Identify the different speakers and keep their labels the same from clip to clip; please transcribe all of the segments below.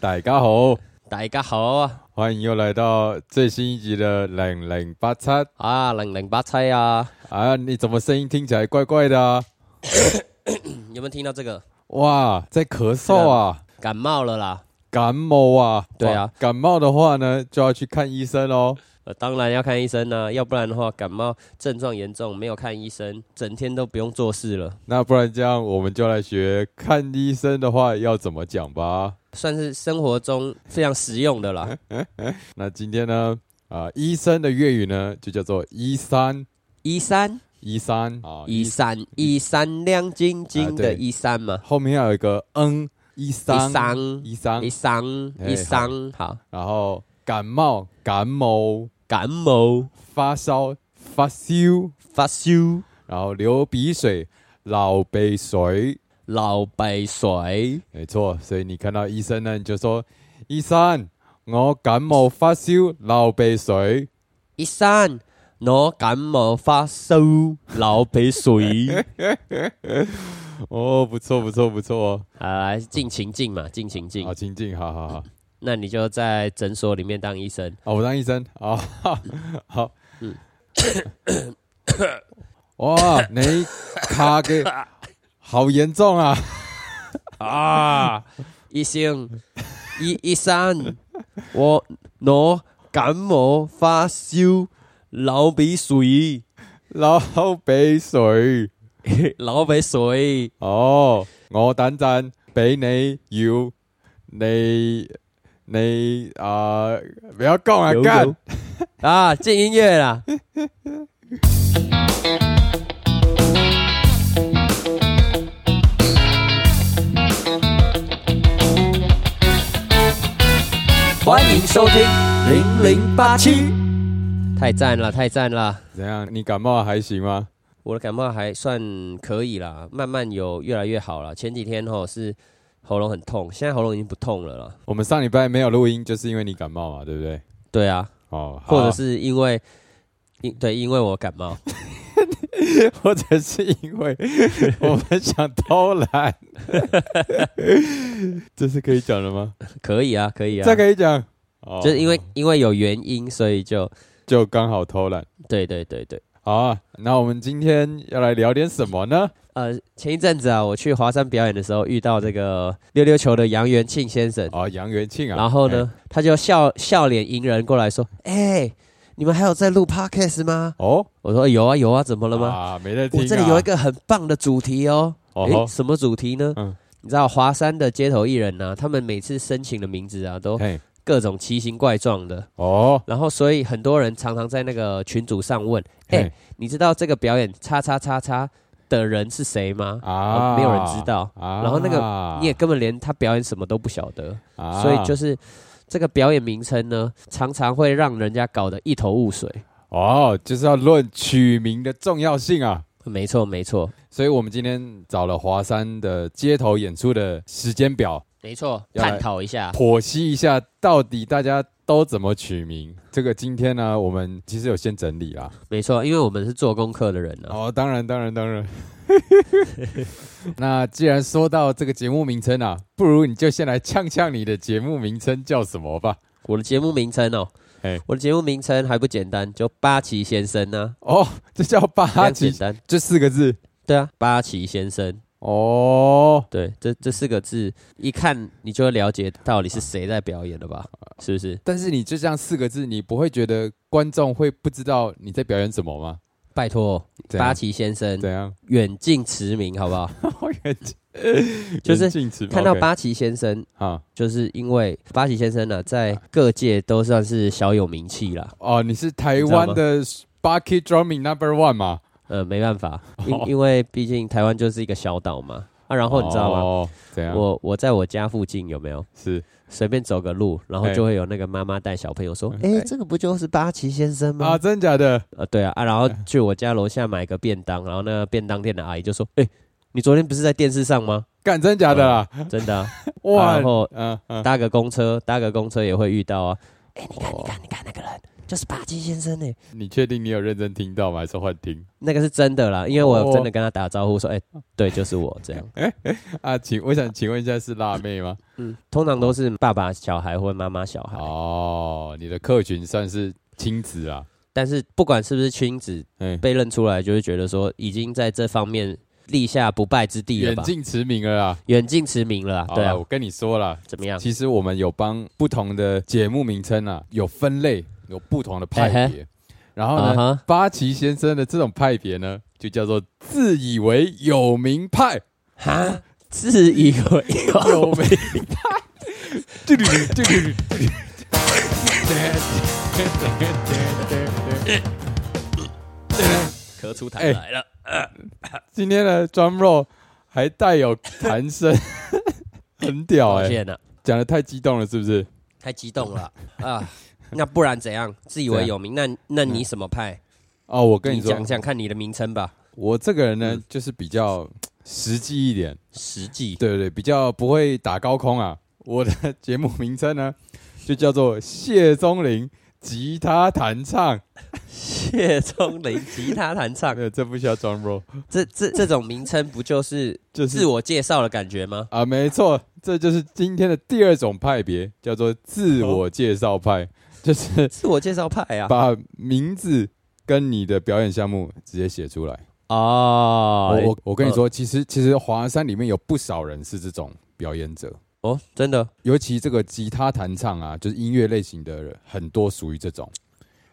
Speaker 1: 大家好，
Speaker 2: 大家好啊
Speaker 1: 欢迎又来到最新一集的零零八七
Speaker 2: 啊，零零八七啊，
Speaker 1: 啊！你怎么声音听起来怪怪的啊？
Speaker 2: 嗯有没有听到这个？
Speaker 1: 哇，在咳嗽啊，
Speaker 2: 感冒了啦，
Speaker 1: 感冒啊，
Speaker 2: 对啊
Speaker 1: 哇，感冒的话呢，就要去看医生哦。
Speaker 2: 呃，当然要看医生啊啦、要不然的话，感冒症状严重，没有看医生，整天都不用做事了，
Speaker 1: 那不然这样，我们就来学看医生的话要怎么讲吧。
Speaker 2: 算是生活中非常实用的
Speaker 1: 嗯
Speaker 2: 啦。
Speaker 1: 那今天呢，啊、医生的粤语呢就叫做医三
Speaker 2: 一三
Speaker 1: 医三啊，
Speaker 2: 一三一三亮晶晶
Speaker 1: 啊
Speaker 2: 的
Speaker 1: 对
Speaker 2: 一三嘛，
Speaker 1: 后面要有一个嗯，医
Speaker 2: 一
Speaker 1: 三
Speaker 2: 三
Speaker 1: 医三
Speaker 2: 一，三
Speaker 1: 哎
Speaker 2: 一三，好，
Speaker 1: 然后感冒感冒。
Speaker 2: 感冒
Speaker 1: 发烧、发烧，
Speaker 2: 发烧。
Speaker 1: 然后流鼻水、老鼻水，
Speaker 2: 流鼻水，
Speaker 1: 没错。所以你看到医生呢，你就说：“医生，我感冒发烧、流鼻水。
Speaker 2: 一三我感冒发烧，流鼻水。”
Speaker 1: 哦，不错，不错，不错哦。
Speaker 2: 啊，来尽情尽嘛，尽情尽
Speaker 1: 好，。清静，好好好。
Speaker 2: 那你就在诊所里面当医生。
Speaker 1: 哦，我当医生啊，好。好
Speaker 2: 嗯
Speaker 1: 哇，你卡给好严重啊！
Speaker 2: 啊，医生，医医生，我我感冒发烧，流鼻水，
Speaker 1: 流鼻水。
Speaker 2: 流鼻水，
Speaker 1: 哦，我等阵俾你要你你啊、不要讲啊
Speaker 2: 有
Speaker 1: 干
Speaker 2: 有啊，进音乐啦。欢迎收听零零八七，太赞了，太赞了！
Speaker 1: 怎样？你感冒啊还行吗？
Speaker 2: 我的感冒还算可以啦，慢慢有越来越好了。前几天吼是喉咙很痛，现在喉咙已经不痛了啦。
Speaker 1: 我们上礼拜没有录音，就是因为你感冒嘛，对不对？
Speaker 2: 对啊，
Speaker 1: 哦，好
Speaker 2: 或者是因为因对，因为我感冒。
Speaker 1: 或者是因 为我们想偷懒，这是可以讲的吗？
Speaker 2: 可以啊，可以啊，
Speaker 1: 这可以讲，哦
Speaker 2: 就是因为因为有原因，所以就
Speaker 1: 就刚好偷懒。
Speaker 2: 对对对对。
Speaker 1: 好啊，那我们今天要来聊点什么呢？
Speaker 2: 呃，前一阵子啊，我去华山表演的时候遇到这个溜溜球的杨元庆先生，
Speaker 1: 哦，杨元庆啊，
Speaker 2: 然后
Speaker 1: 哎
Speaker 2: 呢，他就笑笑脸迎人过来说：“哎、你们还有在录 podcast 吗
Speaker 1: 哦，？”
Speaker 2: 我说：“有啊，有啊，怎么了吗？”
Speaker 1: 啊，没在听、啊。
Speaker 2: 我这里有一个很棒的主题哦。
Speaker 1: 哦
Speaker 2: 诶，
Speaker 1: 吼，
Speaker 2: 什么主题呢？
Speaker 1: 嗯
Speaker 2: 你知道华山的街头艺人呢、他们每次申请的名字啊，都
Speaker 1: 嘿，
Speaker 2: 各种奇形怪状的。
Speaker 1: 哦，
Speaker 2: 然后，所以很多人常常在那个群组上问：“哎、
Speaker 1: 嘿
Speaker 2: 你知道这个表演叉叉叉叉的人是谁吗？”哦
Speaker 1: 啊
Speaker 2: 没有人知道
Speaker 1: 啊
Speaker 2: 然后那个你也根本连他表演什么都不晓得，
Speaker 1: 啊
Speaker 2: 所以就是这个表演名称呢，常常会让人家搞得一头雾水。
Speaker 1: 哦，就是要论取名的重要性啊。
Speaker 2: 没错，没错，
Speaker 1: 所以我们今天找了华山的街头演出的时间表，
Speaker 2: 没错，
Speaker 1: 要来
Speaker 2: 探讨一下。
Speaker 1: 剖析一下到底大家都怎么取名。这个今天呢，我们其实有先整理啦。
Speaker 2: 没错，因为我们是做功课的人啊呢、
Speaker 1: 哦，当然，当然，当然。 那既然说到这个节目名称啊，不如你就先来呛呛你的节目名称叫什么吧。
Speaker 2: 我的节目名称哦
Speaker 1: 嘿，
Speaker 2: 我的节目名称还不简单，就八旗先生呢、
Speaker 1: 哦，这叫
Speaker 2: 啊，
Speaker 1: 八
Speaker 2: 非常简
Speaker 1: 旗，
Speaker 2: 单，
Speaker 1: 这四个字。
Speaker 2: 对啊，八旗先生，
Speaker 1: 哦，
Speaker 2: 对，这这四个字一看你就会了解到底是谁在表演了吧？是不是？
Speaker 1: 但是你就这样四个字，你不会觉得观众会不知道你在表演什么吗？
Speaker 2: 拜托，哦
Speaker 1: 怎样
Speaker 2: 八旗先生
Speaker 1: 怎 样？
Speaker 2: 远近驰名，好 不好？
Speaker 1: 好远近，
Speaker 2: 就是
Speaker 1: 远近驰
Speaker 2: 看到
Speaker 1: OK，
Speaker 2: 八旗先生，
Speaker 1: 啊
Speaker 2: 就是因为八旗先生呢、在各界都算是小有名气啦。
Speaker 1: 哦，你是台湾的 Bucky Drumming Number One 嘛？
Speaker 2: 呃，没办法，
Speaker 1: 哦
Speaker 2: 因因为毕竟台湾就是一个小岛嘛。啊，然后你知道吗？
Speaker 1: 哦，怎样？
Speaker 2: 我我在我家附近有没有？
Speaker 1: 是
Speaker 2: 随便走个路，然后
Speaker 1: 哎
Speaker 2: 就会有那个妈妈带小朋友说：“哎、
Speaker 1: 哎
Speaker 2: 这个不就是八旗先生吗？”
Speaker 1: 啊，嗯真假的？
Speaker 2: 呃，对啊啊，然后去我家楼下买个便当，然后那个便当店的阿姨就说：“哎、你昨天不是在电视上 吗
Speaker 1: 干真假的啦？？”
Speaker 2: 真的、啊，啊
Speaker 1: 哇
Speaker 2: 然，后
Speaker 1: 嗯嗯，
Speaker 2: 搭个公车，搭个公车也会遇到啊。哎、你看，
Speaker 1: 哦
Speaker 2: 你看，你看那个人，就是巴金先生呢、
Speaker 1: 你确定你有认真听到吗？还是幻听
Speaker 2: 那个是真的啦，因为我
Speaker 1: 哦
Speaker 2: 有真的跟他打招呼说，哎、对，就是我 这样。
Speaker 1: 啊？请我想请问一下，是辣妹吗？
Speaker 2: 嗯，通常都是爸爸小孩或妈妈小孩，
Speaker 1: 哦，你的客群算是亲子啊？
Speaker 2: 但是不管是不是亲子
Speaker 1: 哎，
Speaker 2: 被认出来，就会觉得说已经在这方面立下不败之地了
Speaker 1: 远
Speaker 2: 吧，
Speaker 1: 近驰名了啦。
Speaker 2: 远近驰名了啦，
Speaker 1: 好
Speaker 2: 对啊
Speaker 1: 啦，我跟你说啦，
Speaker 2: 怎么样？
Speaker 1: 其实我们有帮不同的节目名称啊，有分类，有不同的派别。然后
Speaker 2: 哎啊
Speaker 1: 呢，
Speaker 2: 哈，
Speaker 1: 八旗先生的这种派别呢，就叫做自以为有名派。
Speaker 2: 哈，？Uh-huh，自以为有
Speaker 1: 有名 派。
Speaker 2: 咳出
Speaker 1: 哎
Speaker 2: 痰来了，
Speaker 1: 今天的 drum roll 还带有弹 声，很屌
Speaker 2: 抱
Speaker 1: 哎、
Speaker 2: 歉了，啊
Speaker 1: 讲的太激动了，是不是？
Speaker 2: 太激动了啊！ 那不然怎样？自以
Speaker 1: 啊
Speaker 2: 为有名，那那
Speaker 1: 嗯
Speaker 2: 你什么派？
Speaker 1: 哦，我跟
Speaker 2: 你
Speaker 1: 你说
Speaker 2: 讲，讲看你的名称吧。
Speaker 1: 我这个人呢
Speaker 2: 嗯，
Speaker 1: 就是比较实际一点，
Speaker 2: 实际
Speaker 1: 对对对，比较不会打高空啊。我的节目名称呢，就叫做谢宗林吉他弹唱。
Speaker 2: 谢钟林吉他弹唱，
Speaker 1: 呃，这不需要 drum roll，
Speaker 2: 这这这种名称不就是
Speaker 1: 就是
Speaker 2: 自我介绍的感觉吗？
Speaker 1: 啊，没错，这就是今天的第二种派别，叫做自我介绍派，就是
Speaker 2: 自我介绍派啊！
Speaker 1: 把名字跟你的表演项目直接写出来。啊
Speaker 2: 哦
Speaker 1: 我我我跟你说，其实其实华山里面有不少人是这种表演者，
Speaker 2: 哦，真的
Speaker 1: 尤其这个吉他弹唱啊，就是音乐类型的人很多属于这种。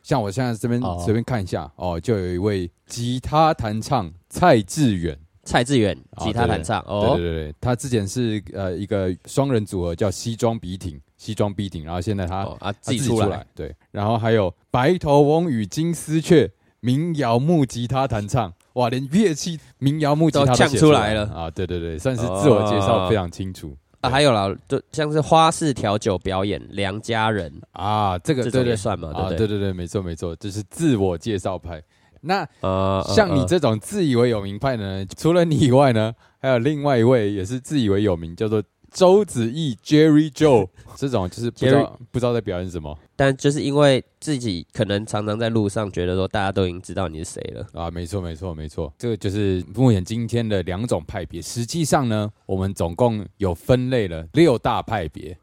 Speaker 1: 像我现在这边
Speaker 2: 哦
Speaker 1: 随便看一下哦，就有一位吉他弹唱蔡志远，
Speaker 2: 蔡志远
Speaker 1: 啊
Speaker 2: 吉他弹唱
Speaker 1: 对
Speaker 2: 哦，
Speaker 1: 对对，对他之前是呃一个双人组合叫西装笔挺，西装笔挺，然后现在他
Speaker 2: 哦啊
Speaker 1: 他
Speaker 2: 自己出来，
Speaker 1: 对，然后还有白头翁与金丝雀民谣木吉他弹唱，哇，连乐器民谣木吉他
Speaker 2: 都
Speaker 1: 写
Speaker 2: 呛
Speaker 1: 出
Speaker 2: 出来了
Speaker 1: 啊！对对对，算是自我介绍非常清楚、
Speaker 2: 啊，还有啦，就像是花式调酒表演，梁家人
Speaker 1: 啊，这个
Speaker 2: 这
Speaker 1: 对
Speaker 2: 种也
Speaker 1: 对
Speaker 2: 算嘛，
Speaker 1: 啊，
Speaker 2: 对
Speaker 1: 对
Speaker 2: 不对？
Speaker 1: 对对，没错没错，这是自我介绍派。那
Speaker 2: 啊
Speaker 1: 像你这种自以为有名派的呢，除了你以外呢，还有另外一位也是自以为有名，叫做周子毅 Jerry Joe，这种就是不知道不知道在表演什么
Speaker 2: 但就是因为自己可能常常在路上觉得说大家都已经知道你是谁了，
Speaker 1: 啊，没错没错没错，这个就是目前今天的两种派别。实际上呢，我们总共有分类了六大派别，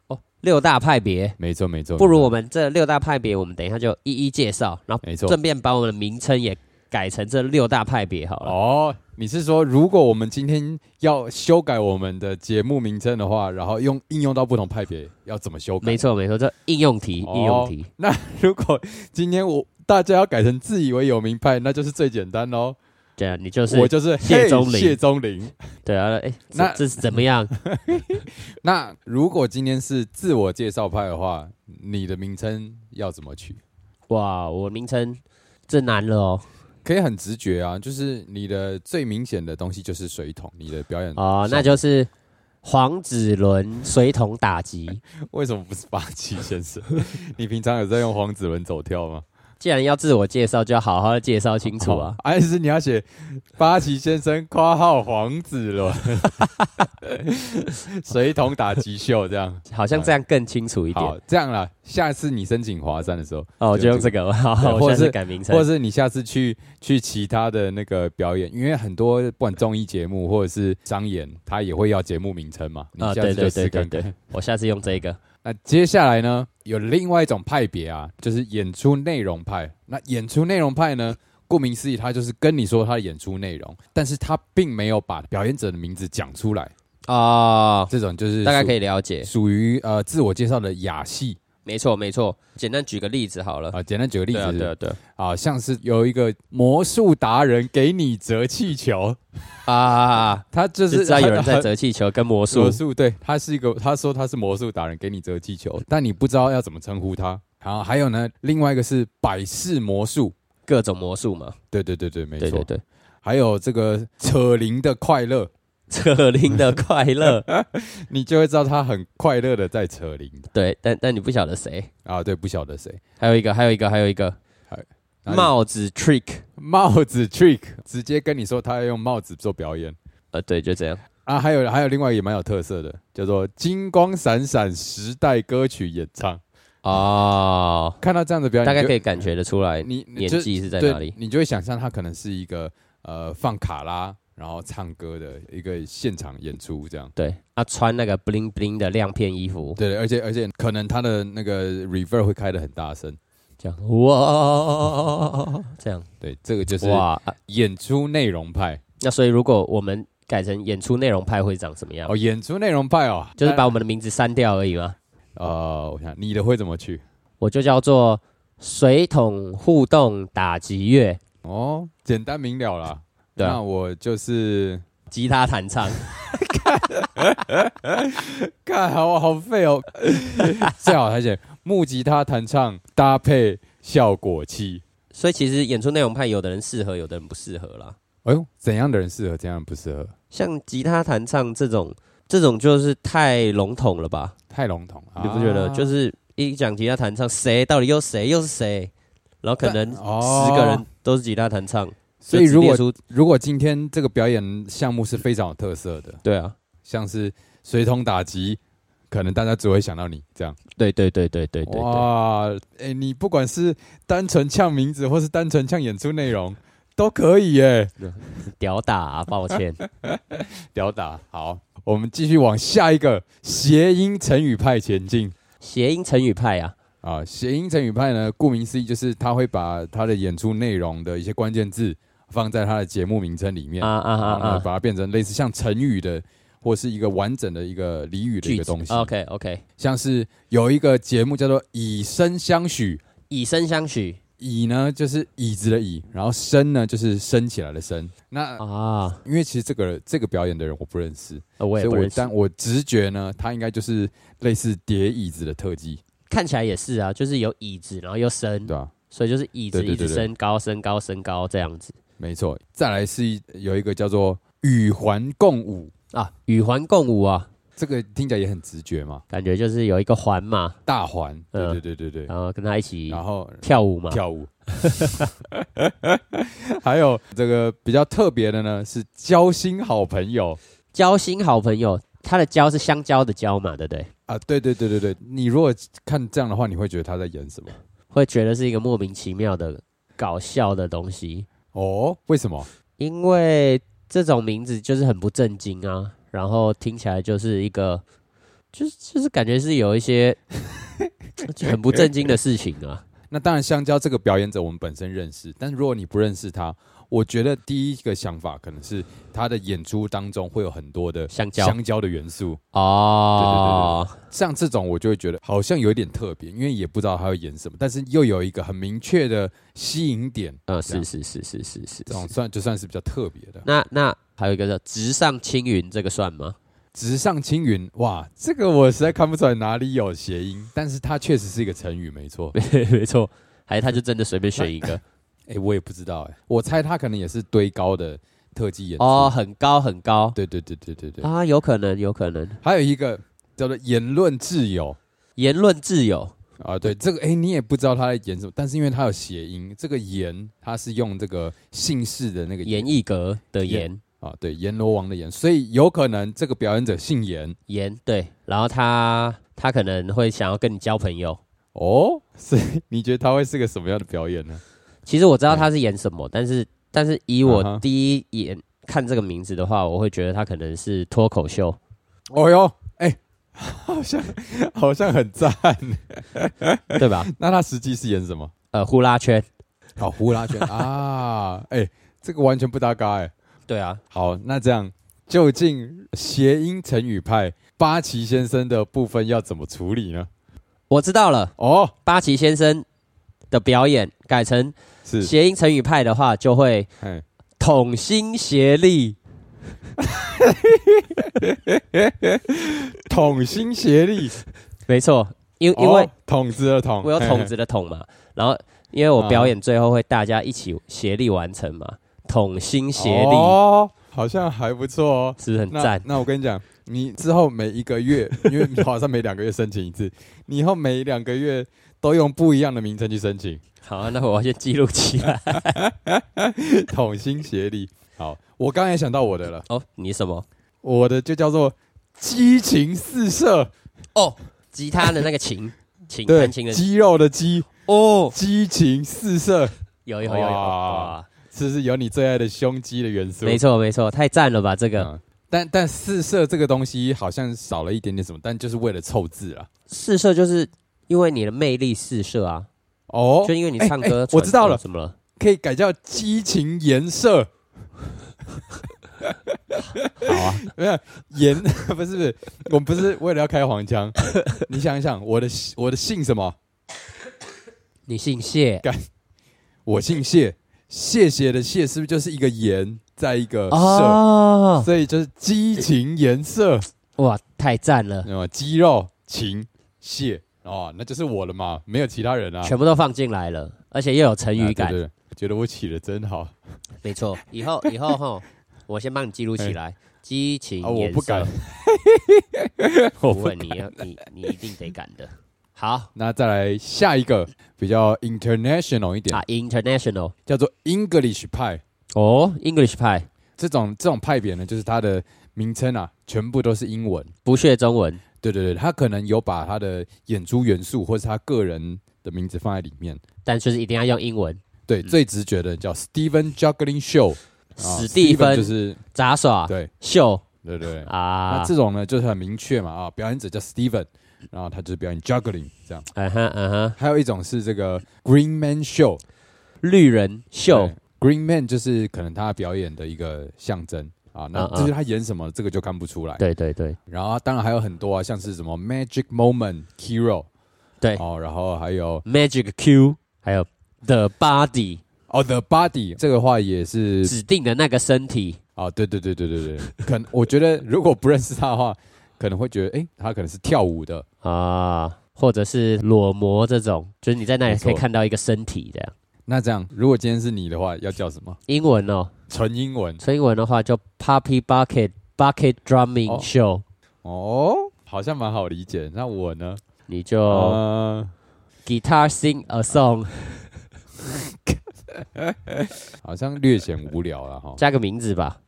Speaker 2: 六大派别。
Speaker 1: 没错没错，
Speaker 2: 不如我
Speaker 1: 们
Speaker 2: 们这六大派别，我们等一下就一一介绍，然后
Speaker 1: 没错
Speaker 2: 顺便把我们的名称也改成这六大派别好了。
Speaker 1: 哦。你是说，如果我们今天要修改我们的节目名称的话，然后用应用到不同派别，要怎么修改？
Speaker 2: 没错没错，这应用题，
Speaker 1: 哦
Speaker 2: 应用题，
Speaker 1: 那 如果今天我大家要改成自以为有名派，那就是最简单喽。
Speaker 2: 对啊，你就是
Speaker 1: 我就是
Speaker 2: 谢
Speaker 1: 嘿
Speaker 2: 宗林
Speaker 1: 谢宗林。
Speaker 2: 对啊，哎，
Speaker 1: 那
Speaker 2: 这这是怎么样？
Speaker 1: 那如果今天是自我介绍派的话，你的名称要怎么取？
Speaker 2: 哇，我名称这难了哦
Speaker 1: 可以很直觉啊，就是你的最明显的东西就是水桶，你的表演啊
Speaker 2: 哦，那就是黄子伦水桶 打击。
Speaker 1: 为什么不是八旗先生？ 你平常有在用黄子伦走跳吗？
Speaker 2: 既然要自我介绍，就要好好的介绍清楚啊
Speaker 1: 哦！，还是你要写八旗先生（括号黄子 伦）水桶打击秀这样？
Speaker 2: 好像这样更清楚一
Speaker 1: 好
Speaker 2: 点，
Speaker 1: 这样啦。下次你申请华山的时候，
Speaker 2: 哦，就用这个， 好，
Speaker 1: 对
Speaker 2: 我
Speaker 1: 或者
Speaker 2: 下次
Speaker 1: 是
Speaker 2: 改名称哦
Speaker 1: 或者，是你下次去去其他的那个表演，因为很多不管综艺节目或者是商演，他也会要节目名称嘛。你
Speaker 2: 啊，
Speaker 1: 下次
Speaker 2: 对
Speaker 1: 就
Speaker 2: 对
Speaker 1: 试
Speaker 2: 对对
Speaker 1: 看看。
Speaker 2: 对，我下次用这个，
Speaker 1: 那接下来呢，有另外一种派别啊，就是演出内容派。那演出内容派 呢，顾名思义，他就是跟你说他的演出内容，但是他并没有把表演者的名字讲出来。
Speaker 2: 哦，
Speaker 1: 这种就是
Speaker 2: 大概可
Speaker 1: 以
Speaker 2: 以了解，
Speaker 1: 属于呃自我介绍的雅戏
Speaker 2: 没错没错，简单举个例子好了
Speaker 1: 啊、，简单举个例
Speaker 2: 对啊
Speaker 1: 子，
Speaker 2: 对啊对啊
Speaker 1: 啊，像是有一个魔术达人给你折气球，
Speaker 2: 啊，
Speaker 1: 他就
Speaker 2: 就是知道有人在
Speaker 1: 很
Speaker 2: 折气球跟魔术
Speaker 1: 魔，术，对他是一个，他说他是魔术达人，给你折气球，但你不知道要怎么称呼他。然后还有呢，另外一个是百事魔术，
Speaker 2: 各种魔术 嘛，
Speaker 1: 对对对对，没
Speaker 2: 对
Speaker 1: 错
Speaker 2: 对。对，
Speaker 1: 还有这个扯铃的快乐，
Speaker 2: 扯铃的快乐，
Speaker 1: 你就会知道他很快乐的在扯铃
Speaker 2: 对，但但你不晓得谁，
Speaker 1: 啊。对，不晓得谁
Speaker 2: 还有一个还有一个还有一个
Speaker 1: 哪里
Speaker 2: 帽子 trick，
Speaker 1: 帽子 trick，直接跟你说他要用帽子做表演
Speaker 2: 呃，对，就这样。
Speaker 1: 啊。还有还有另外也蛮有特色的，叫做金光闪闪时代歌曲演唱。
Speaker 2: 哦，
Speaker 1: 看到这样的表演，
Speaker 2: 大概
Speaker 1: 你就
Speaker 2: 可以感觉得出来
Speaker 1: 你你
Speaker 2: 演
Speaker 1: 就
Speaker 2: 技是在
Speaker 1: 对
Speaker 2: 哪里。
Speaker 1: 你就会想象他可能是一个呃放卡拉，然后唱歌的一个现场演出这样。
Speaker 2: 对，他穿那个 bling bling 的亮片衣服，
Speaker 1: 对，而且而且可能他的那个 reverb 会开的很大声。
Speaker 2: 这样哇，这样
Speaker 1: 对，这个就是
Speaker 2: 哇。啊
Speaker 1: 演出内容派
Speaker 2: 那所以如果我们改成演出内容派会长怎么样
Speaker 1: 哦，？演出内容派哦，
Speaker 2: 就是把
Speaker 1: 那
Speaker 2: 我们的名字删掉而已吗？
Speaker 1: 呃，我想你的会怎么去？
Speaker 2: 我就叫做水桶互动打击乐，
Speaker 1: 哦，简单明了啦。
Speaker 2: 对啊
Speaker 1: 那我就是
Speaker 2: 吉他弹唱。
Speaker 1: 干好好废哦， 最好而且木吉他弹唱搭配效果器。
Speaker 2: 所以其实演出内容派，有的人适合，有的人不适合啦。
Speaker 1: 哎呦，怎样的人适合，怎样的人不适合，
Speaker 2: 像吉他弹唱这种，这种就是太笼统了吧？
Speaker 1: 太笼统了，啊
Speaker 2: 你不觉得？就是是一讲吉他弹唱，谁到底又谁又是谁？然后可能十个人都是吉他弹唱，
Speaker 1: 哦所以
Speaker 2: 就只
Speaker 1: 如
Speaker 2: 列
Speaker 1: 果
Speaker 2: 出
Speaker 1: 如果今天这个表演项目是非常有特色的，
Speaker 2: 对啊，
Speaker 1: 像是水桶打击，可能大家只会想到你这样。
Speaker 2: 对对对对对对对，
Speaker 1: 哇，哎、你不管是单纯呛名字，或是单纯呛演出内容，都可以耶。
Speaker 2: 屌打、啊，抱歉，
Speaker 1: 屌打，好，我们继续往下一个谐音成语派前进。
Speaker 2: 谐音成语派啊，
Speaker 1: 啊，谐音成语派呢，顾名思义就是他会把他的演出内容的一些关键字放在他的节目名称里面
Speaker 2: 啊啊啊
Speaker 1: 然后呢
Speaker 2: 啊，
Speaker 1: 把它变成类似像成语的，或是一个完整的一个俚语的一
Speaker 2: 句
Speaker 1: 个
Speaker 2: 子啊
Speaker 1: 东西。
Speaker 2: ，OK OK，
Speaker 1: 像是有一个节目叫做以身相许，
Speaker 2: 以身相许
Speaker 1: 以呢就是椅子的椅，然后身呢就是升起来的升。那、
Speaker 2: 啊，
Speaker 1: 因为其实这个这个表演的人我不认识，
Speaker 2: 呃我也
Speaker 1: 所
Speaker 2: 不
Speaker 1: 以我
Speaker 2: 认识，
Speaker 1: 但我直觉呢，他应该就是类似叠椅子的特技，
Speaker 2: 看起来也是啊，就是有椅子，然后又升
Speaker 1: 对，吧、
Speaker 2: 所以就是椅子
Speaker 1: 对对
Speaker 2: 一
Speaker 1: 对
Speaker 2: 直
Speaker 1: 对
Speaker 2: 升高，升高，升高这样子
Speaker 1: 没错，再来是一有一个叫做与环共舞，
Speaker 2: 啊，与环共舞啊，
Speaker 1: 这个听起来也很直觉嘛，
Speaker 2: 感觉就是有一个环嘛，
Speaker 1: 大环，对对
Speaker 2: 嗯
Speaker 1: 对对对，
Speaker 2: 然后跟他一起
Speaker 1: 然后
Speaker 2: 跳舞嘛，
Speaker 1: 跳舞， 还有这个比较特别的呢是交心好朋友
Speaker 2: 交心好朋友，他的交是香蕉的蕉嘛，对不对？
Speaker 1: 啊，对对对对对，你如果看这样的话，你会觉得他在演什么？
Speaker 2: 会觉得是一个莫名其妙的搞笑的东西，
Speaker 1: 哦，为什么？
Speaker 2: 因为这种名字就是很不正经啊，然后听起来就是一个，就是就是感觉是有一些 就很不正经的事情啊。
Speaker 1: 那当然，香蕉这个表演者我们本身认识，但如果你不认识他，我觉得第一个想法可能是他的演出当中会有很多的
Speaker 2: 香蕉
Speaker 1: 香蕉的元素。
Speaker 2: 哦，
Speaker 1: 像这种我就会觉得好像有一点特别，因为也不知道他会演什么，但是又有一个很明确的吸引点，
Speaker 2: 嗯，
Speaker 1: 这
Speaker 2: 是
Speaker 1: 样
Speaker 2: 是是是是是
Speaker 1: 这。种算就算是比较特别的。
Speaker 2: 那那还有一个叫直上青云，这个算吗？
Speaker 1: 直上青云，哇，这个我实在看不出来哪里有谐音，但是它确实是一个成语，没错。
Speaker 2: 没错，还是他就真的随便选一个
Speaker 1: 哎、我也不知道、哎，我猜他可能也是堆高的特技演出。
Speaker 2: 哦，很高很高
Speaker 1: 对对对对对对。
Speaker 2: 啊，有可能有可能。
Speaker 1: 还有一个叫做言论自由
Speaker 2: 言论自由
Speaker 1: 啊，对这个，哎、你也不知道他在演什么，但是因为他有谐音，这个言他是用这个姓氏的那个
Speaker 2: 严艺格的严
Speaker 1: 啊，对，阎罗王的阎，所以有可能这个表演者姓阎
Speaker 2: 严对，然后他他可能会想要跟你交朋友。
Speaker 1: 哦。 是你觉得他会是个什么样的表演呢？
Speaker 2: 其实我知道他是演什么，但是但是以
Speaker 1: 嗯
Speaker 2: 我
Speaker 1: 哼
Speaker 2: 第一眼看这个名字的话，我会觉得他可能是脱口秀。
Speaker 1: 哦哟，哎、好像好像很赞。
Speaker 2: 对吧？
Speaker 1: 那他实际是演什么？
Speaker 2: 呃，呼啦圈，
Speaker 1: 好，呼啦 圈啊，哎、这个完全不搭嘎哎、
Speaker 2: 对啊，
Speaker 1: 好，那这样究竟谐音成语派八旗先生的部分要怎么处理呢？
Speaker 2: 我知道了，
Speaker 1: 哦，
Speaker 2: 八旗先生的表演改成
Speaker 1: 是，
Speaker 2: 谐音成语派的话，就会
Speaker 1: 哎，
Speaker 2: 同心协力。
Speaker 1: 统心协力，
Speaker 2: 没错，因 因为
Speaker 1: 哦统治的统，
Speaker 2: 我有
Speaker 1: 嘿
Speaker 2: 桶
Speaker 1: 嘿
Speaker 2: 子的桶 嘛，然后因为我表演最后会大家一起协力完成嘛，同心协力、
Speaker 1: 嗯哦，好像还不错哦。
Speaker 2: 是不是很
Speaker 1: 那
Speaker 2: 赞？
Speaker 1: 那我跟你讲，你之后每一个月，因为你好像每两个月申请一次，你以后每两个月都用不一样的名称去申请，
Speaker 2: 好啊、那我要先记录起 来。
Speaker 1: 同心协力。好，我刚才想到我的了，
Speaker 2: 哦，你什么？
Speaker 1: 我的就叫做激情四射。
Speaker 2: 哦，吉他的那个琴情
Speaker 1: 对
Speaker 2: 弹琴的
Speaker 1: 肌肉的肌，
Speaker 2: 哦，
Speaker 1: 激情四射，
Speaker 2: 有有有有，
Speaker 1: 哇
Speaker 2: 哇
Speaker 1: 是不是有你最爱的胸肌的元素？
Speaker 2: 没错没错，太赞了吧这个
Speaker 1: 嗯但但四射这个东西好像少了一点点什么，但就是为了凑字啊。
Speaker 2: 四射就是因为你的魅力四射啊，
Speaker 1: 哦
Speaker 2: 就，因为你唱
Speaker 1: 哎哎
Speaker 2: 歌传，
Speaker 1: 我知道了
Speaker 2: 哦怎么了？
Speaker 1: 可以改叫激情颜色。
Speaker 2: 好啊，
Speaker 1: 没有颜 不是不是，我们不是为了要开黄 腔。你想一想，我的姓我的姓什么？
Speaker 2: 你姓谢
Speaker 1: 我姓谢，谢谢的谢是不是就是一个颜，在一个
Speaker 2: 呃
Speaker 1: 色？
Speaker 2: 哦，
Speaker 1: 所以就是激情颜色，
Speaker 2: 哇，太赞了，
Speaker 1: 那么肌肉情谢哦，那就是我了嘛，没有其他人啊。
Speaker 2: 全部都放进来了，而且又有成语
Speaker 1: 啊
Speaker 2: 感，
Speaker 1: 对对对觉得我起的真好啊，
Speaker 2: 没错，以后以后哈，我先帮你记录起来。激情颜色，
Speaker 1: 哎哦我不 敢，我
Speaker 2: 不
Speaker 1: 不
Speaker 2: 会，你要你你一定得敢的。好
Speaker 1: 那再来下一个比较 international 一点，
Speaker 2: 啊，international
Speaker 1: 叫做 English 派。
Speaker 2: 哦，English 派
Speaker 1: 这种这种派别呢，就是它的名称啊，全部都是英文。
Speaker 2: 不屑中文
Speaker 1: 对对对，他可能有把他的演出元素或是他个人的名字放在里面。
Speaker 2: 但就是一定要用英文。
Speaker 1: 对，最直觉的叫 Steven Juggling Show，啊
Speaker 2: 史蒂
Speaker 1: Steven 就
Speaker 2: 芬
Speaker 1: 是
Speaker 2: 杂耍
Speaker 1: 对
Speaker 2: 秀
Speaker 1: 对对。
Speaker 2: 啊
Speaker 1: 那，这种呢，就是很明确嘛啊，表演者叫 Steven，然后他就是表演 juggling 这样。
Speaker 2: 嗯哼嗯哼，
Speaker 1: 还有一种是这个 Green Man Show，
Speaker 2: 绿人秀
Speaker 1: 对 Green Man 就是可能他表演的一个象征啊。那
Speaker 2: 嗯嗯
Speaker 1: 至于他演什么，这个就看不出来。
Speaker 2: 对对对
Speaker 1: 然后当然还有很多啊，像是什么 Magic Moment Hero
Speaker 2: 对
Speaker 1: 哦，然后还有
Speaker 2: ，Magic Q，还有 The Body
Speaker 1: 哦 The Body 这个话也是
Speaker 2: 指定的那个身体，
Speaker 1: 哦，对对对对对对，可能我觉得如果不认识他的话，可能会觉得哎，他可能是跳舞的。
Speaker 2: 啊，或者是裸模这种，就是你在那里
Speaker 1: 没错
Speaker 2: 可以看到一个身体这样。
Speaker 1: 那这样，如果今天是你的话，要叫什么？
Speaker 2: 英文哦，
Speaker 1: 纯英文
Speaker 2: 纯英文的话就 Puppy Bucket Bucket
Speaker 1: 哦
Speaker 2: Drumming Show，、
Speaker 1: 哦，好像蛮好理解。那我呢？
Speaker 2: 你就、
Speaker 1: 哦，
Speaker 2: Guitar Sing a Song
Speaker 1: 好像略显无聊了哈。
Speaker 2: 加个名字吧，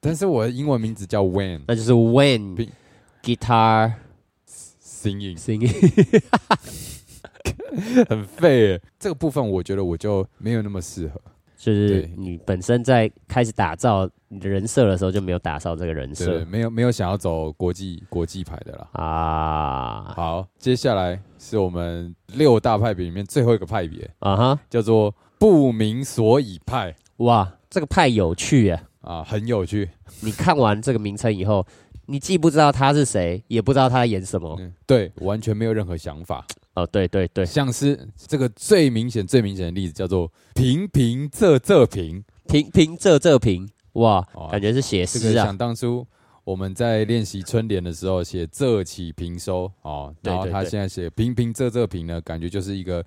Speaker 1: 但是我的英文名字叫 When
Speaker 2: 那就是 When
Speaker 1: 拼
Speaker 2: Guitar
Speaker 1: Singing，
Speaker 2: Sing
Speaker 1: 很废耶。这个部分我觉得我就没有那么适合。
Speaker 2: 就是
Speaker 1: 对
Speaker 2: 你本身在开始打造你的人设的时候就没有打造这个人
Speaker 1: 对，
Speaker 2: 设
Speaker 1: 没有没有想要走国际国际牌的啦。
Speaker 2: 啊
Speaker 1: 好，接下来是我们六大派别里面最后一个派别，
Speaker 2: 啊哈
Speaker 1: 叫做不明所以派
Speaker 2: 哇，这个派有趣啊！
Speaker 1: 啊，很有趣。
Speaker 2: 你看完这个名称以后，你既不知道他是谁，也不知道他在演什么。
Speaker 1: 嗯，对，完全没有任何想法。
Speaker 2: 哦，对对哦对，
Speaker 1: 像是这个最明显、最明显的例子叫做平平仄仄平。
Speaker 2: 平平仄仄平，哇
Speaker 1: 哦，
Speaker 2: 感觉是写
Speaker 1: 这
Speaker 2: 诗
Speaker 1: 个
Speaker 2: 啊
Speaker 1: 想当初我们在练习春联的时候写仄起平收哦，
Speaker 2: 对
Speaker 1: 然后
Speaker 2: 对
Speaker 1: 他
Speaker 2: 对
Speaker 1: 现在写平平仄仄平呢，感觉就是一个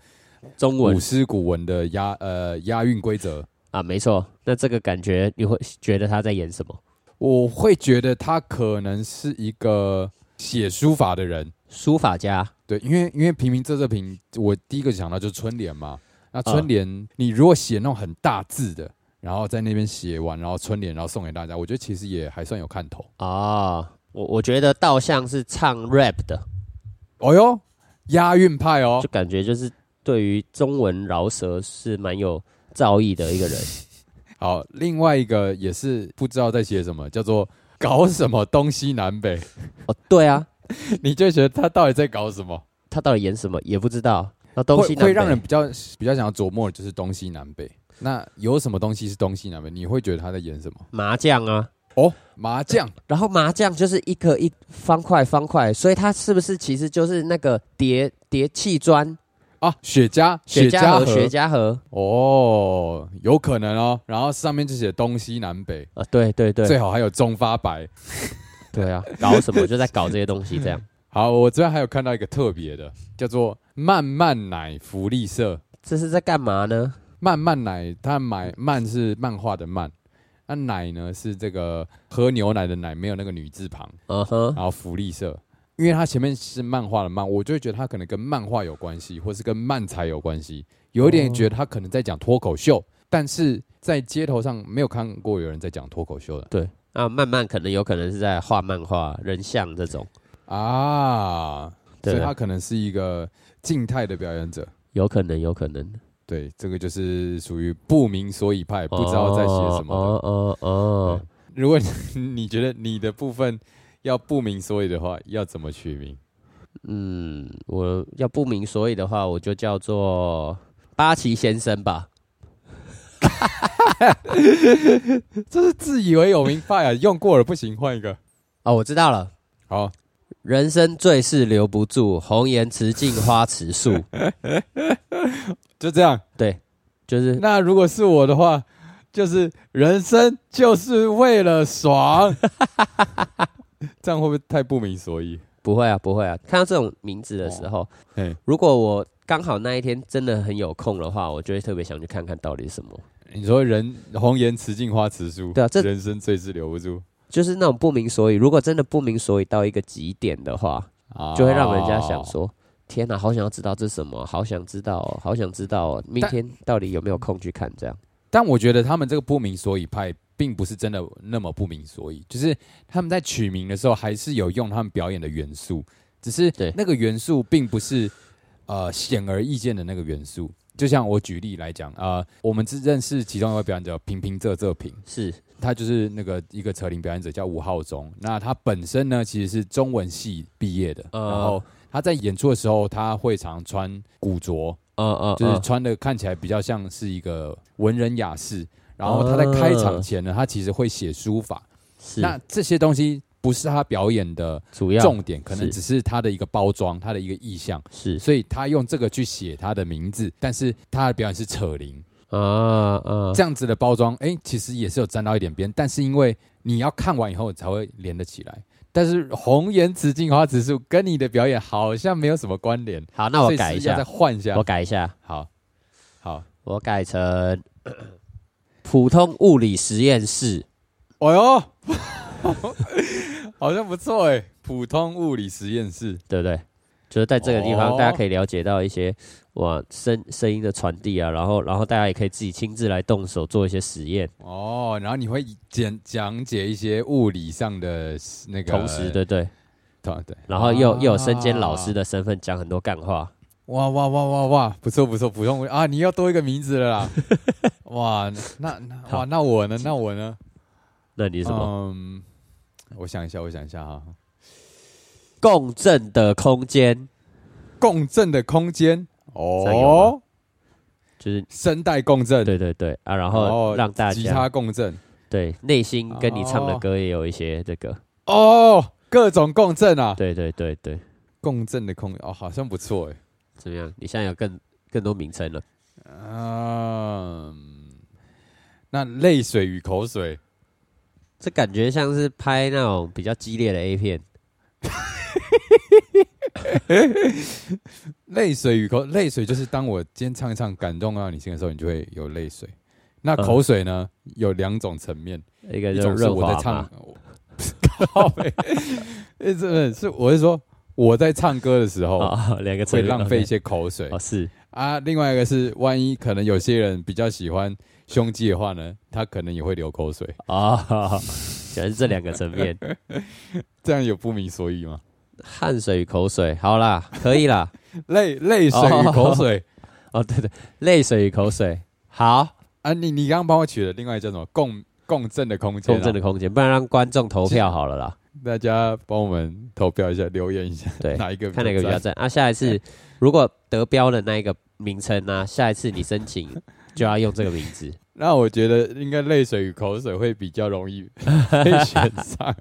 Speaker 2: 中文
Speaker 1: 古诗古文的押呃押韵规则。
Speaker 2: 啊，没错。那这个感觉你会觉得他在演什么？
Speaker 1: 我会觉得他可能是一个写书法的人，
Speaker 2: 书法家
Speaker 1: 对，因为因为平平仄仄平，我第一个想到就是春联嘛。
Speaker 2: 啊
Speaker 1: 那春联，你如果写那种很大字的，然后在那边写完，然后春联，然后送给大家，我觉得其实也还算有看头。
Speaker 2: 哦，我我觉得倒像是唱 rap 的，
Speaker 1: 哦哟，押韵派哦
Speaker 2: 就，感觉就是对于中文饶舌是蛮有造诣的一个人。
Speaker 1: 好，另外一个也是不知道在写什么，叫做搞什么东西南北，
Speaker 2: 哦，对啊，
Speaker 1: 你就觉得他到底在搞什么？
Speaker 2: 他到底演什么也不知道。那东西
Speaker 1: 会会让
Speaker 2: 南
Speaker 1: 人
Speaker 2: 北
Speaker 1: 比较比较想要琢磨的就是东西南北。那有什么东西是东西南北？你会觉得他在演什么？
Speaker 2: 麻将啊，
Speaker 1: 哦，麻将
Speaker 2: 然后麻将就是一个一方块方块，所以它是不是其实就是那个叠叠砌砖、
Speaker 1: 啊，雪茄，
Speaker 2: 雪茄
Speaker 1: 茄
Speaker 2: 盒、雪茄盒？
Speaker 1: 哦，有可能哦。然后上面就写东西南北，
Speaker 2: 啊，对对对，
Speaker 1: 最好还有中发白。
Speaker 2: 对啊，搞什么就在搞这些东西，这样
Speaker 1: 好，我这边还有看到一个特别的，叫做慢慢奶福利社。
Speaker 2: 这是在干嘛呢？
Speaker 1: 慢慢奶，它买慢是漫画的慢，那奶呢是这个喝牛奶的奶，没有那个女字旁。
Speaker 2: 嗯哼，
Speaker 1: 然后福利社，因为它前面是漫画的漫，我就会觉得它可能跟漫画有关系，或是跟漫才有关系，有一点觉得它可能在讲脱口秀，但是在街头上没有看过有人在讲脱口秀的。
Speaker 2: 啊，慢慢可能有可能是在画漫画、人像这种，
Speaker 1: 啊，所以
Speaker 2: 对
Speaker 1: 他可能是一个静态的表演者。
Speaker 2: 有可能，有可能，
Speaker 1: 对，这个就是属于不明所以派，不知道在写什么的。
Speaker 2: 哦哦哦，
Speaker 1: 如果你 你觉得你的部分要不明所以的话，要怎么取名？
Speaker 2: 嗯，我要不明所以的话，我就叫做八旗先生吧。
Speaker 1: 这是自以为有 名派啊，用过了不行，换一个。
Speaker 2: 哦，我知道了。
Speaker 1: 好，
Speaker 2: 人生最是留不住，红颜辞镜花辞 树，
Speaker 1: 就这样。
Speaker 2: 就是
Speaker 1: 那如果是我的话，就是人生就是为了 爽，这样会不会太不明所以？
Speaker 2: 不会啊，不会啊。看到这种名字的时候，
Speaker 1: 嘿，
Speaker 2: 如果我刚好那一天真的很有空的话，我就会特别想去看看到底是什么。
Speaker 1: 你说人红颜辞镜花辞树，
Speaker 2: 对啊这
Speaker 1: 人生最是留不住
Speaker 2: 就是那种不明所以，如果真的不明所以到一个极点的话，
Speaker 1: 啊
Speaker 2: 就会让人家想说：“天哪、好想要知道这是什么，好想知道哦、好想知道哦、明天到底有没有空去看？”这样
Speaker 1: 但我觉得他们这个不明所以派，并不是真的那么不明所以，就是他们在取名的时候还是有用他们表演的元素，只是
Speaker 2: 对
Speaker 1: 那个元素并不是呃显而易见的那个元素。就像我举例来讲，呃，我们只认识其中一位表演者平平仄仄平，
Speaker 2: 是
Speaker 1: 他就是那个一个扯铃表演者叫吴浩中。那他本身呢其实是中文系毕业的，
Speaker 2: 呃
Speaker 1: 然后他在演出的时候他会常穿古着，
Speaker 2: 嗯嗯，
Speaker 1: 就是
Speaker 2: 嗯
Speaker 1: 穿的看起来比较像是一个文人雅士。然后他在开场前呢，他其实会写书法。
Speaker 2: 啊是
Speaker 1: 那这些东西不是他表演的
Speaker 2: 主要
Speaker 1: 重点，可能
Speaker 2: 是
Speaker 1: 只是他的一个包装，他的一个意象。
Speaker 2: 是
Speaker 1: 所以他用这个去写他的名字，但是他的表演是扯铃
Speaker 2: 啊啊
Speaker 1: 这样子的包装，哎，其实也是有沾到一点边，但是因为你要看完以后才会连得起来。但是红颜辞镜花辞树跟你的表演好像没有什么关联，
Speaker 2: 好，那我
Speaker 1: 所以
Speaker 2: 改一
Speaker 1: 是要再
Speaker 2: 下，
Speaker 1: 换一下
Speaker 2: 我。改一下，
Speaker 1: 好，好，
Speaker 2: 我改成 普通物理实验室。
Speaker 1: 哎呦， 好像不错哎，普通物理实验室。
Speaker 2: 对不对？就是在这个地方，
Speaker 1: 哦
Speaker 2: 大家可以了解到一些哇声声音的传递啊，然后然后大家也可以自己亲自来动手做一些实验，
Speaker 1: 哦，然后你会讲讲解一些物理上的那个，
Speaker 2: 同时对不对？
Speaker 1: 同对，
Speaker 2: 然后又、
Speaker 1: 啊
Speaker 2: 又有身兼老师的身份讲很多干话，
Speaker 1: 哇哇哇哇哇，不错不错，普通啊，你要多一个名字了 啦，哇，那那哇
Speaker 2: 好
Speaker 1: 那我呢？那我呢？
Speaker 2: 那你是什么？
Speaker 1: 嗯，我想一下，我想一下哈，
Speaker 2: 共振的空间
Speaker 1: 共振的空间
Speaker 2: 这样有
Speaker 1: 哦，
Speaker 2: 就是
Speaker 1: 声带共振，
Speaker 2: 对对对啊，然
Speaker 1: 然
Speaker 2: 后
Speaker 1: 后
Speaker 2: 让大
Speaker 1: 吉
Speaker 2: 家
Speaker 1: 哦他共振
Speaker 2: 对内心跟你唱的
Speaker 1: 哦
Speaker 2: 歌也有一些这个，
Speaker 1: 哦，各种共振啊，
Speaker 2: 对对对对，
Speaker 1: 共振的空哦，好像不错哎。
Speaker 2: 怎么样？你现在有更更多名称了，
Speaker 1: 嗯，那泪水与口水，
Speaker 2: 这感觉像是拍那种比较激烈的 A 片，
Speaker 1: 泪水与口，泪水就是当我今天唱一唱感动到你心的时候，你就会有泪水。那
Speaker 2: 嗯
Speaker 1: 口水呢，有两种层面，
Speaker 2: 一个
Speaker 1: 一
Speaker 2: 就是
Speaker 1: 种是
Speaker 2: 润
Speaker 1: 我在
Speaker 2: 滑
Speaker 1: 唱
Speaker 2: 嘛，，
Speaker 1: 靠背，真的是我是说我在唱歌的时候
Speaker 2: 啊， 两个
Speaker 1: 哦会
Speaker 2: 层面
Speaker 1: 浪费一
Speaker 2: OK
Speaker 1: 些口水
Speaker 2: 哦是。
Speaker 1: 啊。另外一个是，万一可能有些人比较喜欢胸肌的话呢，他可能也会流口水，
Speaker 2: 啊，全是这两个层 面，
Speaker 1: 这样有不明所以吗？
Speaker 2: 汗水与口水，好啦，可 以啦。
Speaker 1: 泪泪水与口水。
Speaker 2: 哦，对对，泪水与口水，好，
Speaker 1: 啊，你你刚刚帮我取的另外一个叫什么共共振的空间、啊，
Speaker 2: 共振的空间，不然让观众投票好了啦。
Speaker 1: 大家帮我们投票一下，留言一下，
Speaker 2: 对，
Speaker 1: 哪一个
Speaker 2: 看哪个比较
Speaker 1: 赞
Speaker 2: 赞啊？下一
Speaker 3: 哎
Speaker 2: 次如果得标的那一个名称呢、下一次你申请就要用这个名 字。
Speaker 1: 那我觉得应该泪水与口水会比较容易 被选上。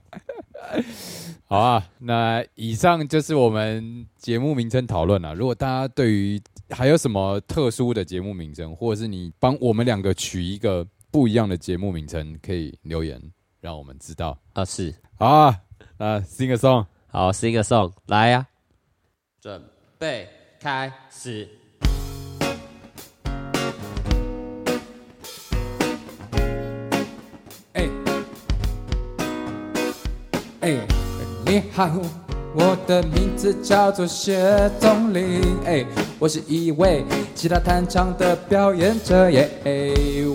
Speaker 1: 好啊，那以上就是我们节目名称讨论了。如果大家对于还有什么特殊的节目名称，或者是你帮我们两个取一个不一样的节目名称，可以留言让我们知道。
Speaker 2: 啊，是，
Speaker 1: 好啊，那 sing a song。
Speaker 2: 好，sing a song，来啊呀、准备开始。
Speaker 1: 哎哎，你好，我的名字叫做谢宗林，哎，我是一位吉他弹唱的表演者耶，哎，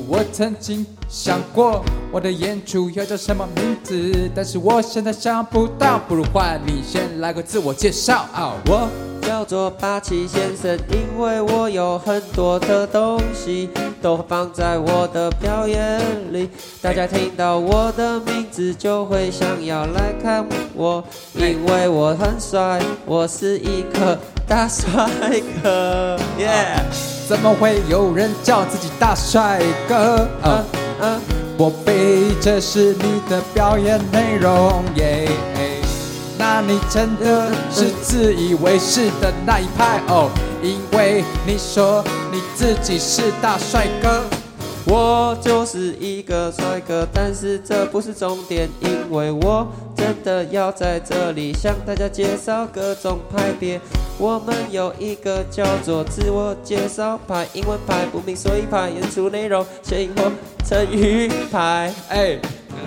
Speaker 1: 我曾经想过我的演出要叫什么名字，但是我现在想不到，不如换你先来个自我介绍啊，我。
Speaker 3: 叫做八旗先生，因为我有很多的东西都放在我的表演里，大家听到我的名字就会想要来看我，因为我很帅，我是一个大帅哥，耶、
Speaker 1: 怎么会有人叫自己大帅哥？啊，
Speaker 3: 嗯，
Speaker 1: 我非这是你的表演内容耶。那你真的是自以为是的那一派哦，因为你说你自己是大帅哥。
Speaker 3: 我就是一个帅哥，但是这不是重点，因为我真的要在这里向大家介绍各种派别。我们有一个叫做自我介绍牌，英文牌、不明所以牌、演出内容、谐音或成语牌。
Speaker 1: 哎，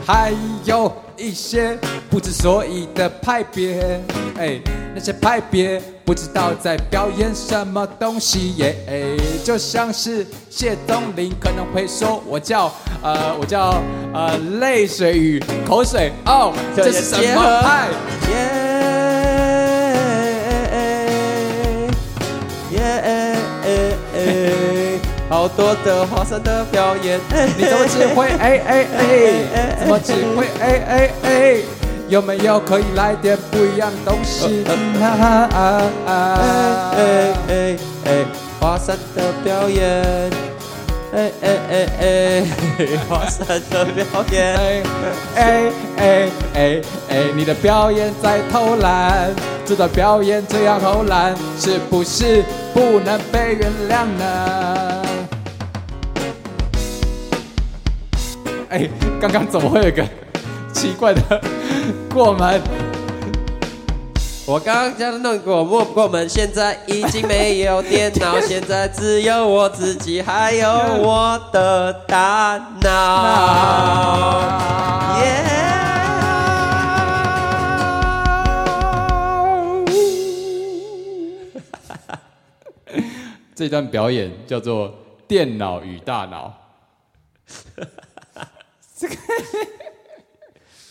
Speaker 1: 还有一些不知所以的派别，哎，那些派别不知道在表演什么东西耶，哎，就像是谢东林可能会说，我叫呃，我叫呃，泪水与口水哦，
Speaker 3: 这
Speaker 1: 这
Speaker 3: 也
Speaker 1: 是什
Speaker 3: 结
Speaker 1: 么
Speaker 3: 合
Speaker 1: 派？
Speaker 3: 耶耶，好多的华山的表演，
Speaker 1: 你怎么只会哎哎哎？怎么只会哎哎哎？有没有可以来点不一样东西？ 啊啊啊
Speaker 3: 哎哎哎，华山的表演，哎哎哎哎， 华山的表演，
Speaker 1: 哎哎哎哎哎，你的表演在偷懒，这段表演这样偷懒，是不是不能被原谅呢？哎，刚刚怎么会有一个奇怪的过门？
Speaker 3: 我刚刚这样弄过，摸不过门，现在已经没有电脑，现在只有我自己，还有我的大脑。
Speaker 1: 啊！
Speaker 3: 耶！
Speaker 2: 这段表演叫做《电脑与大脑》。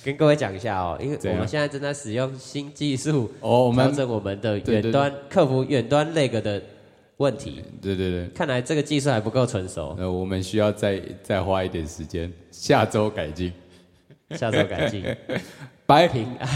Speaker 3: 跟各位讲一下哦，因为
Speaker 2: 怎
Speaker 3: 我
Speaker 2: 样
Speaker 3: 们现在正在使用新技术，
Speaker 2: 哦，我
Speaker 3: 调
Speaker 2: 们
Speaker 3: 整我们的
Speaker 2: 对
Speaker 3: 远
Speaker 2: 对
Speaker 3: 端克服远端那个的问题。
Speaker 2: 对对对，
Speaker 3: 看来这个技术还不够成熟，
Speaker 2: 呃，我们需要再再花一点时间，下周改进。
Speaker 3: 下周改进。
Speaker 2: 拜。
Speaker 3: 平安，